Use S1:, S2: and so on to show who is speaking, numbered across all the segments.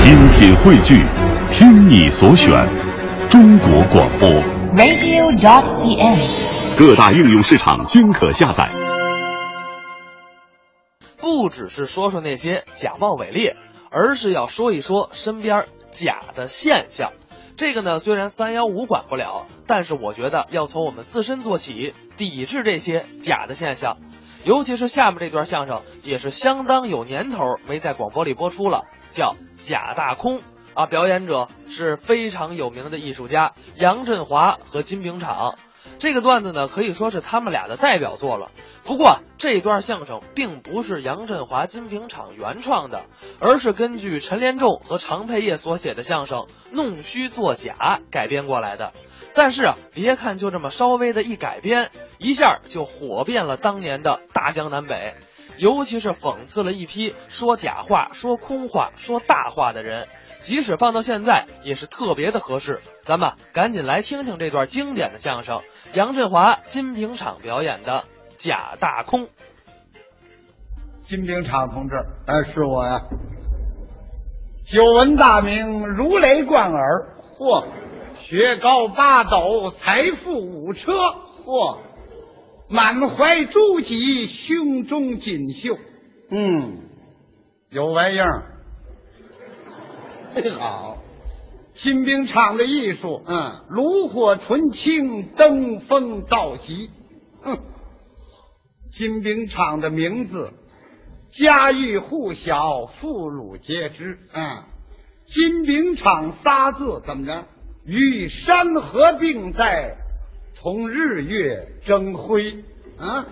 S1: 精品汇聚，听你所选，中国广播。
S2: radio.cn。
S1: 各大应用市场均可下载。
S3: 不只是说说那些假冒伪劣，而是要说一说身边假的现象。这个呢，虽然三幺五管不了，但是我觉得要从我们自身做起，抵制这些假的现象。尤其是下面这段相声也是相当有年头，没在广播里播出了，叫《假大空》啊，表演者是非常有名的艺术家杨振华和金炳昶。这个段子呢，可以说是他们俩的代表作了。不过啊，这段相声并不是杨振华、金瓶厂原创的，而是根据陈连仲和常佩业所写的相声《弄虚作假》改编过来的。但是啊，别看就这么稍微的一改编，一下就火遍了当年的大江南北，尤其是讽刺了一批说假话、说空话、说大话的人。即使放到现在，也是特别的合适。咱们啊赶紧来听听这段经典的相声，杨振华、金瓶厂表演的《假大空》。
S4: 金鼎厂同志，哎，是我呀。久闻大名，如雷贯耳。嚯、学高八斗，财富五车。嚯、满怀诸己，胸中锦绣。嗯，有玩意儿。好，金兵厂的艺术，嗯，炉火纯青，登峰造极。哼，金兵厂的名字家喻户晓，妇孺皆知。嗯，金饼厂仨字怎么着？与山河并在，同日月争辉。啊，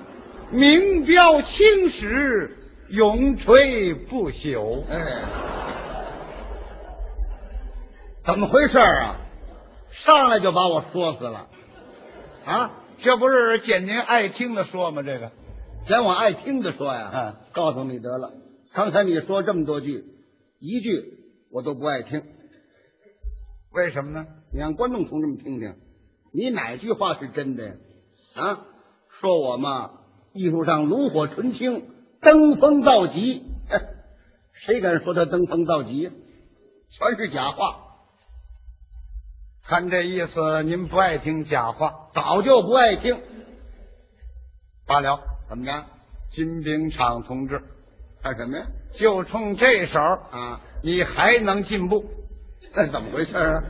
S4: 名标青史，永垂不朽。哎，怎么回事啊？上来就把我说死了。啊，这不是捡您爱听的说吗？这个，捡我爱听的说呀。嗯，告诉你得了，刚才你说这么多句，一句我都不爱听。为什么呢？你让观众同志们听听，你哪句话是真的呀？啊，说我嘛，艺术上炉火纯青，登峰造极。哎谁敢说他登峰造极呀？全是假话。看这意思，您不爱听假话，早就不爱听。罢了，怎么着？金兵厂同志，干什么呀？就冲这手啊，你还能进步？那怎么回事啊？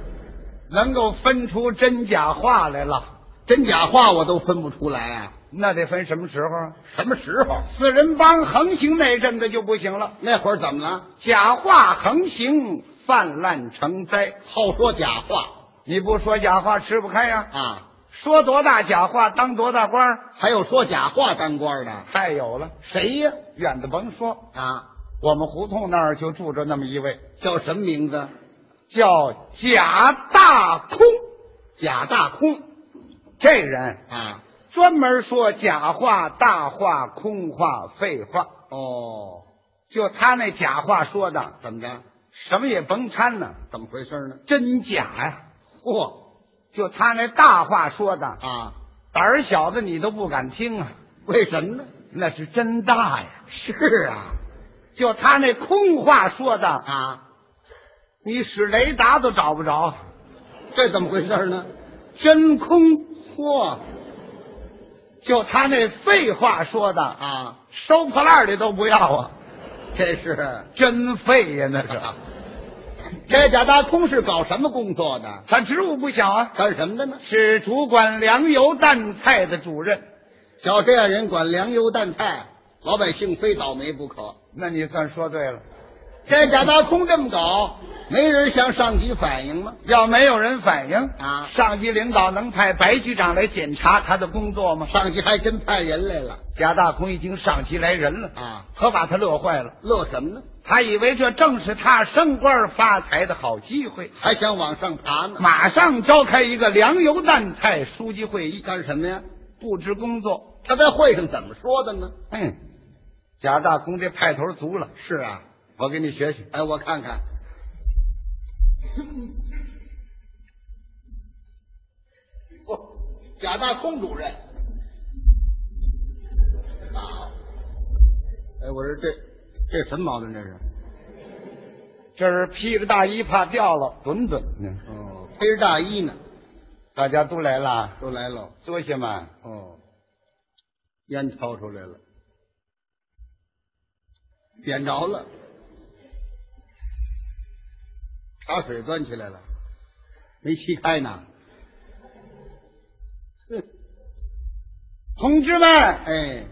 S4: 能够分出真假话来了。真假话我都分不出来啊！那得分什么时候？啊什么时候？四人帮横行那阵子就不行了。那会儿怎么了？假话横行，泛滥成灾。好说假话，你不说假话吃不开呀、啊！说多大假话当多大官还有说假话当官的，太有了。谁呀？远的甭说啊，我们胡同那儿就住着那么一位，叫什么名字？叫贾大空。贾大空，这人啊，专门说假话、大话、空话、废话。哦，就他那假话说的，怎么着？什么也甭掺呢？怎么回事呢？真假呀、嚯、就他那大话说的啊，胆儿小的你都不敢听啊。为什么呢？那是真大呀。是啊，就他那空话说的啊，你使雷达都找不着，这怎么回事呢？真空，嚯！就他那废话说的啊，收破烂的都不要啊，这是真废呀、那 是。这贾大空是搞什么工作的？他职务不小啊，干什么的呢？是主管粮油淡菜的主任。小这样人管粮油淡菜，老百姓非倒霉不可。那你算说对了。这贾大空这么搞，没人向上级反映吗？要没有人反映啊，上级领导能派白局长来检查他的工作吗？上级还真派人来了。贾大空一听上级来人了啊，可把他乐坏了。乐什么呢？他以为这正是他升官发财的好机会，还想往上爬呢。马上召开一个粮油淡菜书记会议，干什么呀？布置工作。他在会上怎么说的呢？嗯，贾大空这派头足了。是啊，我给你学学。哎，我看看。 哦，贾大空主任。好。哎，我说这这什么毛病？这是这是披着大衣怕掉了，墩墩呢，
S2: 哦，背着大衣呢，
S4: 大家都来了，
S2: 都来了。
S4: 坐下嘛。
S2: 哦，烟掏出来了，点着了，茶水端起来了，没沏开呢。
S4: 同志们，
S2: 哎，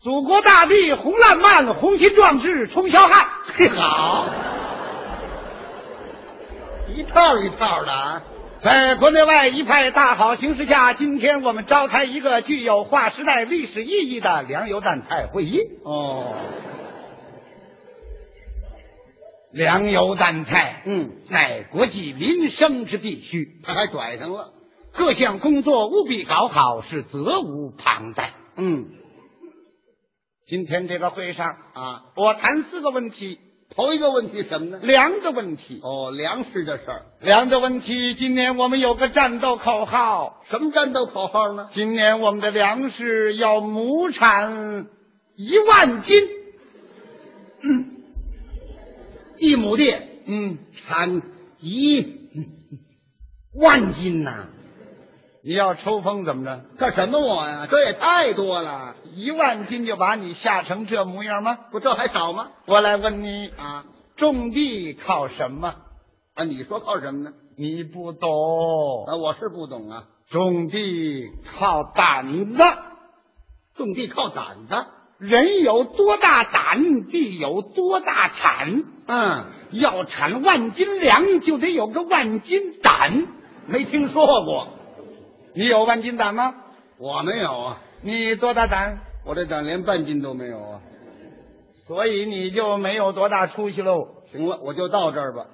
S4: 祖国大地红烂漫，红心壮志冲霄汉。嘿，好，
S2: 一套一套的啊。
S4: 在国内外一派大好形势下，今天我们召开一个具有划时代历史意义的粮油蛋菜会议。
S2: 哦，
S4: 粮油蛋菜，
S2: 嗯，
S4: 乃国计民生之必须，
S2: 他还拽上了。
S4: 各项工作务必搞好，是责无旁贷。
S2: 嗯
S4: 今天这个会上，
S2: 啊，
S4: 我谈四个问题，
S2: 头一个问题什么呢？
S4: 粮的问题。
S2: 哦，粮食的事儿。
S4: 粮的问题，今年我们有个战斗口号，
S2: 什么战斗口号呢？
S4: 今年我们的粮食要亩产一万斤。
S2: 一亩地
S4: 嗯，
S2: 产一嗯万斤呐、
S4: 你要抽风怎么着？
S2: 干什么我呀？这也太多了，
S4: 一万斤就把你吓成这模样吗？
S2: 不这还少吗？
S4: 我来问你，
S2: 啊
S4: 种地靠什么？
S2: 啊！你说靠什么呢？
S4: 你不懂，
S2: 啊，我是不懂啊。
S4: 种地靠胆子，
S2: 种地靠胆子，
S4: 人有多大胆，地有多大产。
S2: 嗯，
S4: 要产万斤粮，就得有个万斤胆。
S2: 没听说过，
S4: 你有万斤胆吗？
S2: 我没有啊，
S4: 你多大胆？
S2: 我这胆连半斤都没有啊。
S4: 所以你就没有多大出息喽。
S2: 行了，我就到这儿吧。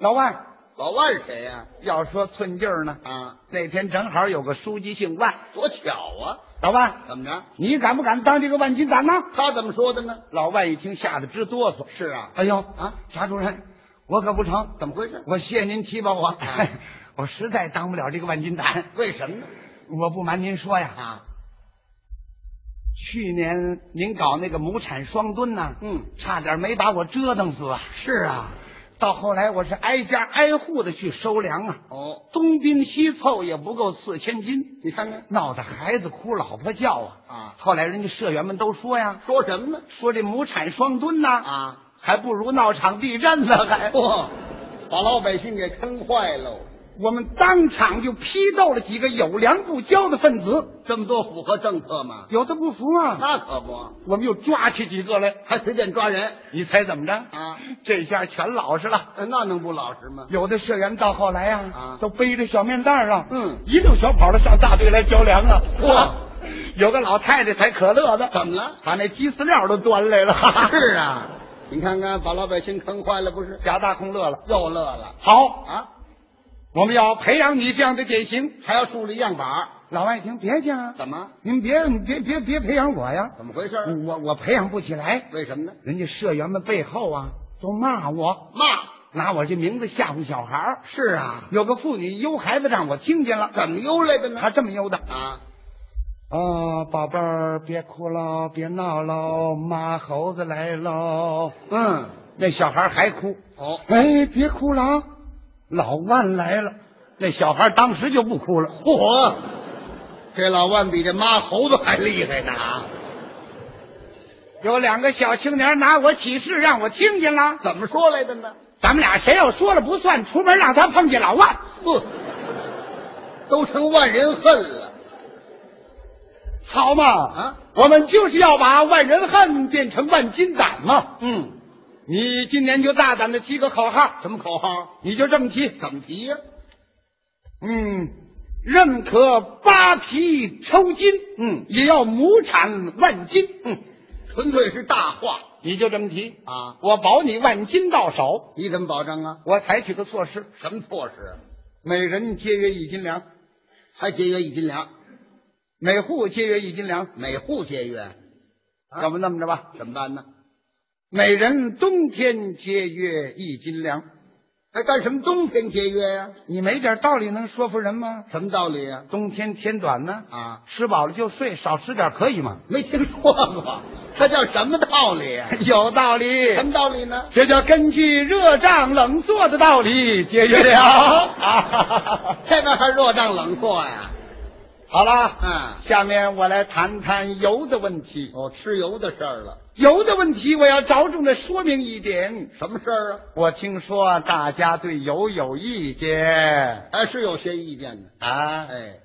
S4: 老万，
S2: 老万是谁呀、
S4: 要说寸劲儿呢，
S2: 啊？
S4: 那天正好有个书记姓万，
S2: 多巧啊！
S4: 老万，
S2: 怎么着？
S4: 你敢不敢当这个万斤胆呢？
S2: 他怎么说的呢？
S4: 老万一听，吓得直哆嗦。
S2: 是啊，
S4: 哎呦
S2: 啊，
S4: 查主任，我可不成，
S2: 怎么回事？
S4: 我谢您提拔我
S2: 啊，
S4: 我实在当不了这个万斤胆。
S2: 为什么呢？
S4: 我不瞒您说呀，
S2: 啊，
S4: 去年您搞那个亩产双吨呢，
S2: 嗯，
S4: 差点没把我折腾死啊！
S2: 是啊，
S4: 到后来我是挨家挨户的去收粮啊，
S2: 哦，
S4: 东拼西凑也不够四千斤，
S2: 你看看，
S4: 闹得孩子哭，老婆叫啊！
S2: 啊
S4: 后来人家社员们都说呀，
S2: 说什么呢？
S4: 说这亩产双吨呐，
S2: 啊，
S4: 还不如闹场地震呢，还
S2: 嚯、把老百姓给坑坏喽！
S4: 我们当场就批斗了几个有粮不交的分子，
S2: 这么多符合政策吗？
S4: 有的不服啊，
S2: 那可不，
S4: 我们又抓起几个来，
S2: 还随便抓人，
S4: 你猜怎么着？
S2: 啊，
S4: 这下全老实了。
S2: 呃那能不老实吗？
S4: 有的社员到后来呀、
S2: 啊
S4: 都背着小面袋儿啊，
S2: 嗯
S4: 一溜小跑的上大队来交粮啊。
S2: 哇，
S4: 有个老太太才可乐的，
S2: 怎么了？
S4: 把那鸡饲料都端来了。
S2: 是啊，你看看，把老百姓坑坏了不是？
S4: 贾大空乐了。
S2: 又乐了
S4: 好，
S2: 啊！
S4: 我们要培养你这样的典型。
S2: 还要树立样板儿，
S4: 老外一听，别介啊，
S2: 怎么？嗯
S4: 您别你别别别培养我呀，
S2: 怎么回事？
S4: 我我培养不起来。
S2: 为什么呢？
S4: 人家社员们背后啊都骂我，
S2: 骂
S4: 拿我这名字吓唬小孩儿。
S2: 是啊，
S4: 有个妇女悠孩子让我听见了，
S2: 怎么悠来的呢？
S4: 她这么悠的。
S2: 啊，
S4: 啊，宝贝儿，别哭喽，别闹喽，妈猴子来喽！
S2: 嗯，
S4: 那小孩还哭，
S2: 哦，
S4: 哎，别哭了啊，老万来了。那小孩当时就不哭了，
S2: 嚯，这老万比这妈猴子还厉害呢啊！
S4: 有两个小青年拿我起誓，让我听见了。
S2: 怎么说来的呢？
S4: 咱们俩谁要说了不算，出门让他碰见老万。
S2: 不，都成万人恨了。
S4: 好嘛，
S2: 啊，
S4: 我们就是要把万人恨变成万金胆嘛。
S2: 嗯，
S4: 你今年就大胆的提个口号，
S2: 什么口号？
S4: 你就这么提，
S2: 怎么提呀、
S4: 嗯，认可扒皮抽筋，
S2: 嗯
S4: 也要亩产万斤，嗯，
S2: 纯粹是大话
S4: 你就这么提，
S2: 啊！
S4: 我保你万斤到手。
S2: 你怎么保障啊？
S4: 我采取个措施，
S2: 什么措施？
S4: 每人节约一斤粮，
S2: 还节约一斤粮，
S4: 每户节约一斤粮。
S2: 每户节约，啊
S4: 要不那么着吧，
S2: 怎么办呢？
S4: 每人冬天节约一斤粮，哎
S2: 还干什么冬天节约呀、
S4: 你没点道理能说服人吗？
S2: 什么道理呀、
S4: 啊冬天天短呢，
S2: 啊
S4: 吃饱了就睡，少吃点可以吗？
S2: 没听说过，这叫什么道理呀、
S4: 有道理
S2: 什么道理呢？
S4: 这叫根据热胀冷缩的道理节约了啊！
S2: 这边还热胀冷缩呀、
S4: 好了，
S2: 嗯，
S4: 下面我来谈谈油的问题。
S2: 哦，吃油的事儿了，
S4: 油的问题，我要着重的说明一点。
S2: 什么事儿啊？
S4: 我听说大家对油有意见
S2: 还是有些意见的。
S4: 啊，
S2: 哎，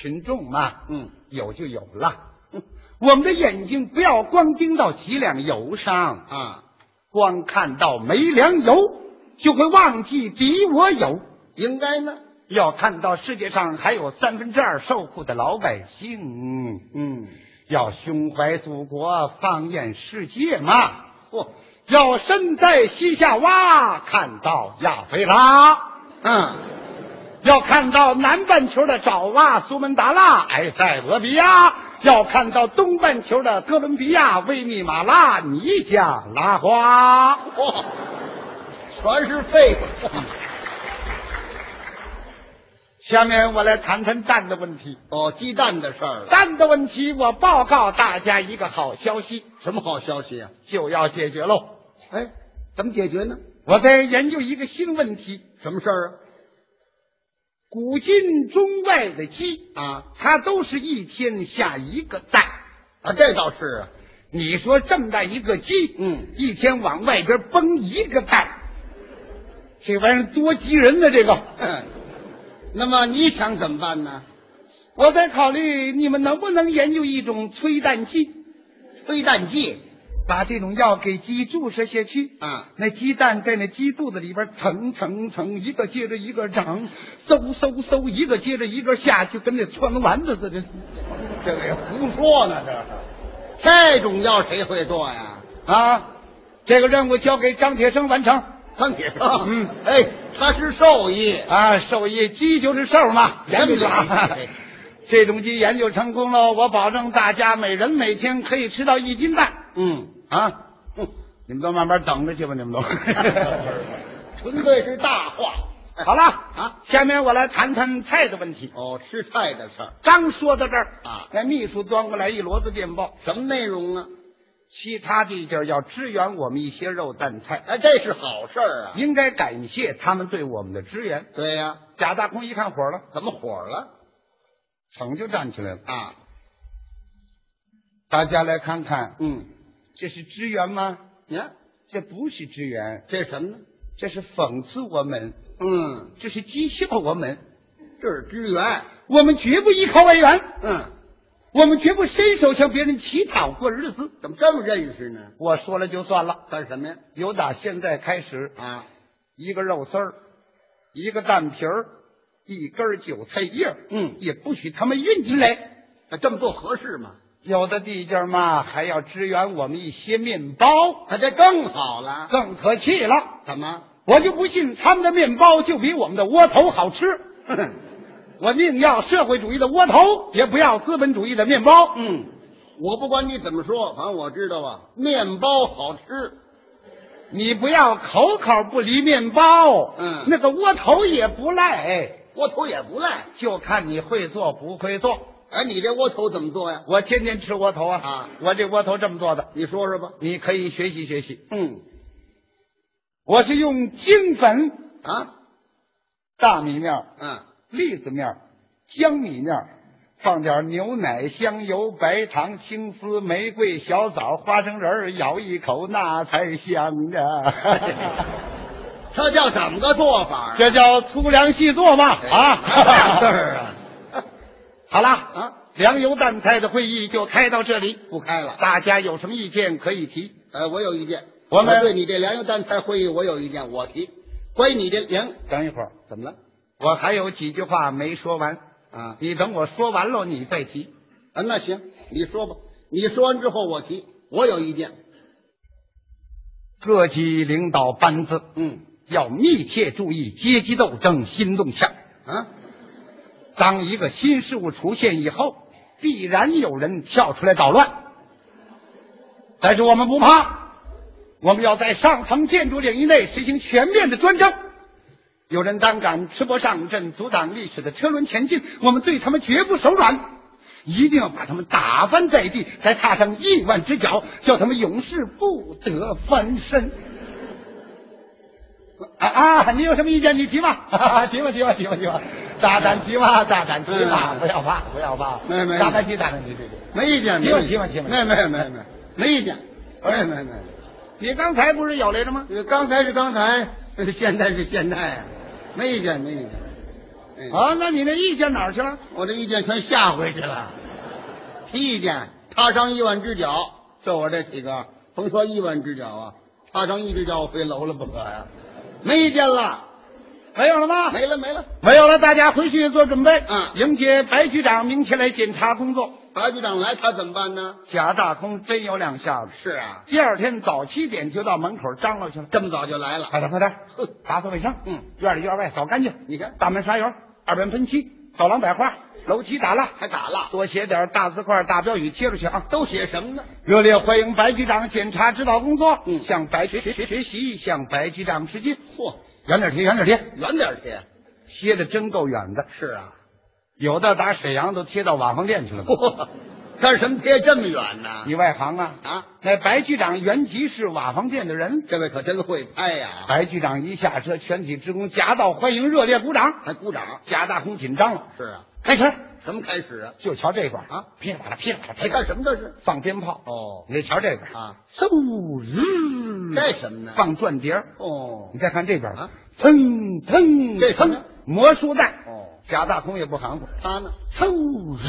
S4: 群众嘛，
S2: 嗯，
S4: 有就有了。 我们的眼睛不要光盯到几两油上，
S2: 啊，
S4: 光看到没粮油，就会忘记敌我友。
S2: 应该呢。
S4: 要看到世界上还有三分之二受苦的老百姓，
S2: 嗯，
S4: 要胸怀祖国，放眼世界嘛。
S2: 嚯，
S4: 要身在西夏洼，看到亚非拉；
S2: 嗯，
S4: 要看到南半球的爪哇、苏门答腊、埃塞俄比亚；要看到东半球的哥伦比亚、危地马拉、尼加拉瓜。
S2: 嚯，全是废话。
S4: 下面我来谈谈蛋的问题。
S2: 哦，鸡蛋的事儿了。
S4: 蛋的问题，我报告大家一个好消息，
S2: 什么好消息啊？
S4: 就要解决喽。
S2: 哎，怎么解决呢？
S4: 我在研究一个新问题：
S2: 什么事儿啊？
S4: 古今中外的鸡
S2: 啊，
S4: 它都是一天下一个蛋。
S2: 啊，这倒是啊。
S4: 你说这么大一个鸡，
S2: 嗯
S4: 一天往外边崩一个蛋，这玩意儿多急人呢！这个，
S2: 嗯，那么你想怎么办呢？
S4: 我在考虑你们能不能研究一种催蛋剂，
S2: 催蛋剂
S4: 把这种药给鸡注射下去，
S2: 啊，
S4: 那鸡蛋在那鸡肚子里边层层层，一个接着一个长，嗖嗖嗖，一个接着一个下去，跟那窜丸子似的。
S2: 这个也哎胡说呢，这是。这种药谁会做呀？
S4: 啊，这个任务交给张铁生完成。
S2: 张铁生，
S4: 嗯
S2: 哎，他是兽医，
S4: 啊，兽医鸡就是兽嘛，
S2: 研究
S4: 对 吧
S2: 研究
S4: 这种鸡研究成功了，我保证大家每人每天可以吃到一斤蛋
S2: 嗯，
S4: 啊！你们都慢慢等着去吧，你们 都。
S2: 纯粹是大话。
S4: 好了
S2: 啊，
S4: 下面我来谈谈菜的问题。
S2: 哦，吃菜的事儿，
S4: 刚说到这儿
S2: 啊
S4: 那秘书端过来一摞子电报，
S2: 什么内容啊呢？
S4: 其他地界儿要支援我们一些肉蛋菜，
S2: 哎，这是好事儿啊。
S4: 应该感谢他们对我们的支援。
S2: 对呀、
S4: 贾大空一看火了，
S2: 怎么火了
S4: 噌就站起来了。
S2: 啊？
S4: 大家来看看，
S2: 嗯，
S4: 这是支援吗？
S2: 你看
S4: 这不是支援，
S2: 这是什么呢？
S4: 这是讽刺我们，
S2: 嗯，
S4: 这是讥笑我们。
S2: 这是支援。
S4: 我们绝不以口为援，
S2: 嗯，
S4: 我们绝不伸手向别人乞讨过日子。
S2: 怎么这么认识呢？
S4: 我说了就算了，
S2: 干什么呀？
S4: 由打现在开始，
S2: 啊，
S4: 一个肉丝儿，一个蛋皮儿，一根韭菜叶儿，
S2: 嗯
S4: 也不许他们运进来。
S2: 那这么做合适吗？
S4: 有的地界儿嘛，还要支援我们一些面包，
S2: 那这更好了。
S4: 更可气了。
S2: 怎么？
S4: 我就不信他们的面包就比我们的窝头好吃。
S2: 嗯
S4: 我宁要社会主义的窝头，也不要资本主义的面包。
S2: 嗯，我不管你怎么说，反正我知道啊，面包好吃。
S4: 你不要口口不离面包，
S2: 嗯
S4: 那个窝头也不赖，
S2: 窝头也不赖。
S4: 就看你会做不会做。
S2: 哎，你这窝头怎么做呀？
S4: 我天天吃窝头啊，
S2: 啊
S4: 我这窝头这么做的，
S2: 你说说吧。
S4: 你可以学习学习。
S2: 嗯，
S4: 我是用精粉、
S2: 啊，
S4: 大米面、
S2: 嗯，
S4: 栗子面、江米面，放点牛奶、香油、白糖、青丝、玫瑰、小枣、花生仁儿，咬一口那才香啊！
S2: 这叫怎么个做法啊？
S4: 这叫粗粮细作嘛
S2: 哎
S4: 啊！
S2: 是啊，
S4: 好了
S2: 啊，
S4: 粮油蛋菜的会议就开到这里，
S2: 不开了。
S4: 大家有什么意见可以提。
S2: 哎，我有意见。
S4: 我们
S2: 对你这粮油蛋菜会议，我有意见，我提。关于你这粮，
S4: 等一会儿，
S2: 怎么了？
S4: 我还有几句话没说完，
S2: 啊
S4: 你等我说完了你再提。
S2: 啊，那行，你说吧。你说完之后，我提，我有意见。
S4: 各级领导班子，
S2: 嗯，
S4: 要密切注意阶级斗争新动向。
S2: 啊，
S4: 当一个新事物出现以后，必然有人跳出来捣乱。但是我们不怕，我们要在上层建筑领域内实行全面的专政，
S2: 有人胆敢赤膊上阵，阻挡历史的车轮前进，我们对他们绝不手软，一定要把他们打翻在地，再踏上亿万之脚，叫他们永世不得翻身。啊啊！你有什么意见？你提吧， 提吧，提吧，提吧，提吧， 大胆提吧，大胆提吧，嗯
S4: 不要怕，不要怕，
S2: 没没
S4: 大胆提，大胆提，对对。
S2: 没意见，
S4: 提吧提吧提吧
S2: 没没没没没意见，没没没。
S4: 你刚才不是有来着吗？
S2: 呃哎刚才是刚才，呃现在是现在啊，没意见没意见。哎，
S4: 啊，那你那意见哪儿去了？
S2: 我这意见全下回去了。提意见，踏上一万只脚，就我这体格，甭说一万只脚啊，踏上一只脚我飞楼了不可呀、没意见了，
S4: 没有了吗？
S2: 没了没了。
S4: 没有了，大家回去做准备，
S2: 嗯
S4: 迎接白局长明天来检查工作。
S2: 白局长来，他怎么办呢？
S4: 贾大空真有两下子，
S2: 是啊，
S4: 第二天早七点就到门口张罗去了，
S2: 这么早就来了。
S4: 快点快点，打扫卫生，
S2: 嗯，
S4: 院里院外扫干净，
S2: 你看
S4: 大门刷油，二门喷漆，走廊摆花，楼梯打蜡，
S2: 还打蜡，
S4: 多写点大字块、大标语贴出去啊！
S2: 都写什么呢？
S4: 热烈欢迎白局长检查指导工作，
S2: 嗯
S4: 向白学学学学习，向白局长致敬。
S2: 嚯，
S4: 远点贴，远点贴，
S2: 远点贴。
S4: 贴的真够远的，
S2: 是啊，
S4: 有的打沈阳都贴到瓦房店去了。
S2: 嚯，干什么贴 这么远呢？
S4: 你外行啊！
S2: 啊，
S4: 那白局长原籍是瓦房店的人，
S2: 这位可真会拍哎呀、
S4: 白局长一下车，全体职工夹道欢迎，热烈鼓掌。
S2: 还鼓掌。
S4: 贾大红紧张了，
S2: 是啊，
S4: 开始，
S2: 什么开始啊？
S4: 就瞧这一段
S2: 啊，
S4: 噼里啪啦，噼里啪啦，噼
S2: 这
S4: 里啪
S2: 干
S4: 啦，
S2: 什么这是？
S4: 放鞭炮。
S2: 哦，
S4: 你再瞧这边
S2: 啊，
S4: 嗖日，
S2: 这什么呢
S4: 嗯放转碟儿
S2: 哦
S4: 你再看这边
S2: 啊，
S4: 腾腾，
S2: 这什么
S4: 腾魔术弹。
S2: 哦，
S4: 贾大空也不含糊，
S2: 他呢？
S4: 嗖日，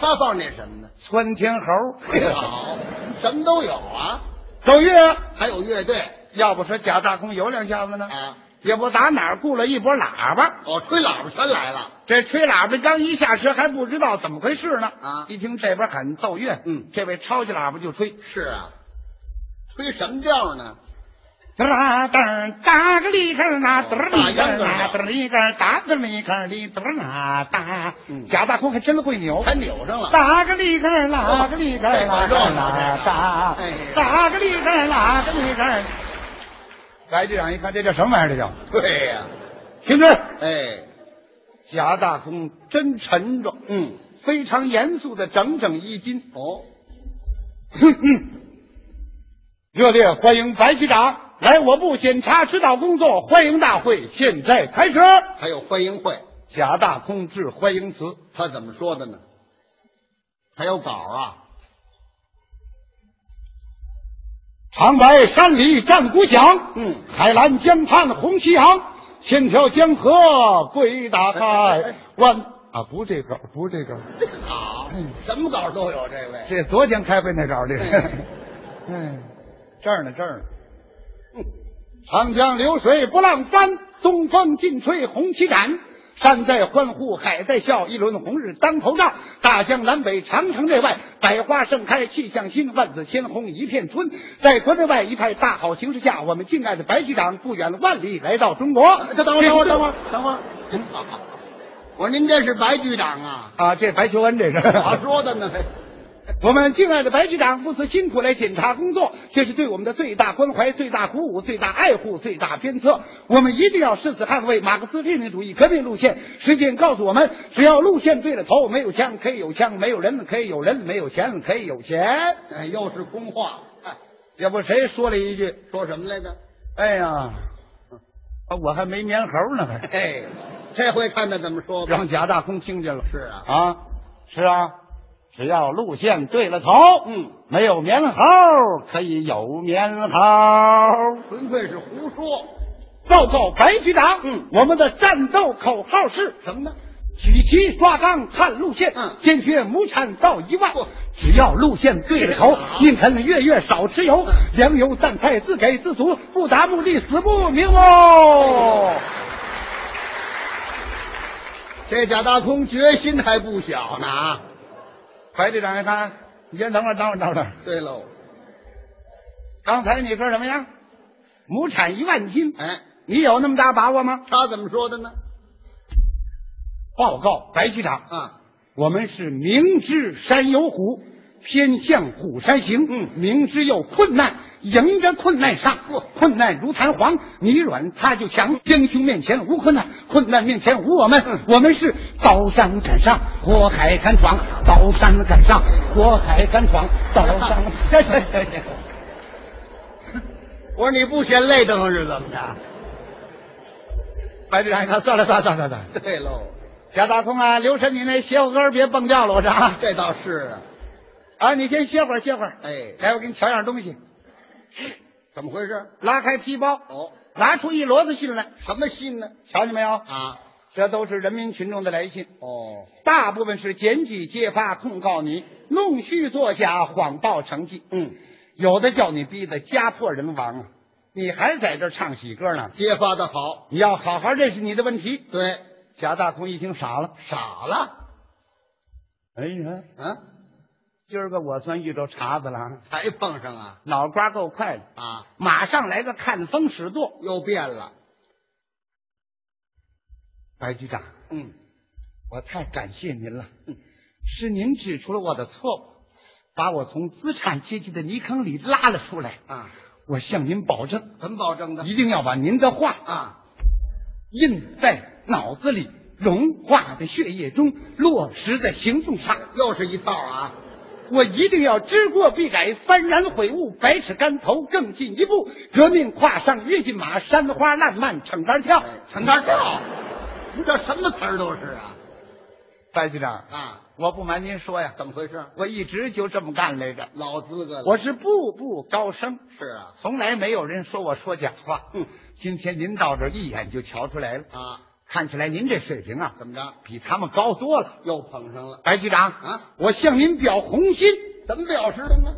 S2: 他放那什么呢？
S4: 窜天猴，
S2: 哎 好，什么都有啊，
S4: 走乐。
S2: 还有乐队
S4: 要不说贾大空有两下子呢，
S2: 啊，
S4: 也不打哪儿雇了一拨喇叭。
S2: 哦，吹喇叭全来了。
S4: 这吹喇叭刚一下车还不知道怎么回事呢，
S2: 啊
S4: 一听这边喊奏乐，
S2: 嗯，
S4: 这位抄起喇叭就吹，
S2: 是啊，吹什么调呢？
S4: 哒啦噔哒个里个啦，嘚儿里个啦，
S2: 大秧歌
S4: 嘚儿里个儿哒嘚儿里个儿里嘚儿啦哒
S2: 嗯。
S4: 贾大空还真会扭
S2: 还，扭上了。
S4: 哒个里个儿啦个里个儿啦个啦哒
S2: 哎呀，
S4: 哒个里个儿啦个里个儿。白队长一看，这叫什么玩意儿？这叫
S2: 对呀、
S4: 停止。
S2: 哎，
S4: 啊贾大空真沉着，
S2: 嗯，
S4: 非常严肃的整整一斤。
S2: 哦，
S4: 热烈欢迎白局长来我部检查指导工作，欢迎大会现在开始。
S2: 还有欢迎会，
S4: 贾大空致欢迎词，
S2: 他怎么说的呢？还有稿啊？
S4: 长白山里战鼓响，
S2: 嗯
S4: 海蓝江畔红旗昂，千条江河归 大
S2: 哎哎
S4: 海
S2: 哎。
S4: 万啊，不是这个，不是这个，
S2: 好，什么稿都有，这位。
S4: 这昨天开会那稿儿这
S2: 哎
S4: 是。 嗯，这儿呢，这儿呢。嗯长江流水不浪翻，东风劲吹红旗展。山在欢呼，海在笑，一轮红日当头照。大江南北，长城内外，百花盛开，气象新，万紫千红一片春。在国内外一派大好形势下，我们敬爱的白局长不远万里来到中国。
S2: 这等会儿，等会儿，等会
S4: 儿
S2: 儿，等会儿。我说您这是白局长啊？
S4: 啊，这白求恩这是。
S2: 咋说的呢？
S4: 我们敬爱的白局长不辞辛苦来检查工作，这是对我们的最大关怀、最大鼓舞、最大爱护、最大鞭策。我们一定要誓死捍卫马克思列宁主义革命路线。实践告诉我们，只要路线对了头，没有枪可以有枪，没有人可以有人，没有钱可以有钱。
S2: 哎，又是空话。哎
S4: 要不谁说了一句
S2: 说什么来着？：“
S4: 哎呀，我还没粘猴呢还
S2: 嘿，这回看他怎么说吧
S4: 让。贾大空听见了。
S2: 是啊，
S4: 啊，是啊，只要路线对了头，
S2: 嗯，哦
S4: 没有棉猴可以有棉猴。
S2: 纯粹是胡说。
S4: 报告哦白局长，
S2: 嗯
S4: 我们的战斗口号是
S2: 什么呢？
S4: 举旗抓纲看路线，
S2: 嗯
S4: 坚决亩产到一万
S2: 嚯。
S4: 只要路线对了头，宁肯月月少吃油，粮油饭菜自给自足，不达目的死不瞑目。
S2: 这贾大空决心还不小呢啊！
S4: 白队长一看，你先等会儿，等会儿，等会儿。
S2: 对喽，
S4: 刚才你说什么呀？亩产一万斤，
S2: 哎，
S4: 你有那么大把握吗？
S2: 他怎么说的呢？
S4: 报告白局长，
S2: 啊，
S4: 我们是明知山有虎，偏向虎山行。嗯，明知有困难，迎着困难上，困难如弹簧，你软他就强。英雄面前无困难，困难面前无我
S2: 嗯
S4: 们，我们是刀山敢上，火海敢闯，刀山敢上，火海敢闯，刀山。
S2: 我说你不嫌累的吗？是怎么着？
S4: 白 志长一看，算了算了算了算了，
S2: 对喽，
S4: 贾大空啊，留神你那鞋后跟儿别蹦掉了，我说啊，
S2: 这倒是啊。
S4: 啊，你先歇会儿歇会儿，
S2: 哎，
S4: 来，我给你瞧样东西。
S2: 怎么回事？
S4: 拉开皮包，
S2: 哦，
S4: 拿出一摞子信来，
S2: 什么信呢？
S4: 瞧见没有？
S2: 啊，
S4: 这都是人民群众的来信，
S2: 哦，
S4: 大部分是检举、揭发、控告你弄虚作假、谎报成绩。
S2: 嗯，
S4: 有的叫你逼得家破人亡啊，你还在这儿唱喜歌呢？
S2: 揭发的好，
S4: 你要好好认识你的问题。
S2: 对，
S4: 贾大空一听傻了，
S2: 傻了，
S4: 哎呀，
S2: 啊，
S4: 今儿个我算遇着茬子了啊，
S2: 才碰上啊
S4: 脑瓜够快的，
S2: 啊，
S4: 马上来个看风使舵。
S2: 又变了，
S4: 白局长，
S2: 嗯，
S4: 我太感谢您了，是您指出了我的错误，把我从资产阶级的泥坑里拉了出来。
S2: 啊，
S4: 我向您保证，
S2: 怎么保证的？
S4: 一定要把您的话
S2: 啊，
S4: 印在脑子里，融化在血液中，落实在行动上。
S2: 又是一套啊，
S4: 我一定要知过必改，幡然悔悟，百尺竿头更进一步，革命跨上跃进马，山花烂漫撑杆跳。
S2: 哎陈干跳，你这什么词儿都是啊
S4: 白局长，
S2: 啊，嗯
S4: 我不瞒您说呀，
S2: 怎么回事？
S4: 我一直就这么干来着，
S2: 老资格了，
S4: 我是步步高升。
S2: 是啊
S4: 从来没有人说我说假话。
S2: 嗯，
S4: 今天您到这儿一眼就瞧出来了，
S2: 啊，
S4: 看起来您这水平啊，
S2: 怎么着？
S4: 比他们高多了。
S2: 又碰上了，
S4: 白局长
S2: 啊，
S4: 我向您表红心，
S2: 怎么表示的呢？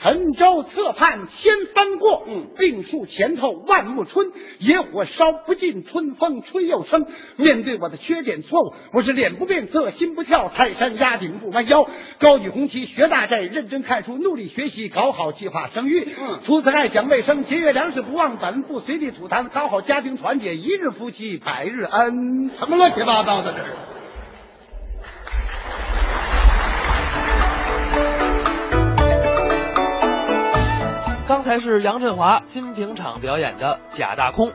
S4: 沉舟侧畔千帆过，
S2: 嗯
S4: 病树前头万木春，野火烧不尽，春风吹又生。面对我的缺点错误，我是脸不变色，心不跳，泰山压顶不弯腰，高举红旗学大寨，认真看书，努力学习，搞好计划生育。
S2: 嗯
S4: 除此爱讲卫生，节约粮食，不忘本，不随地吐痰，搞好家庭团结，一日夫妻百日恩。
S2: 什么乱七八糟的这是？
S3: 刚才是杨振华金瓶厂表演的《假大空》，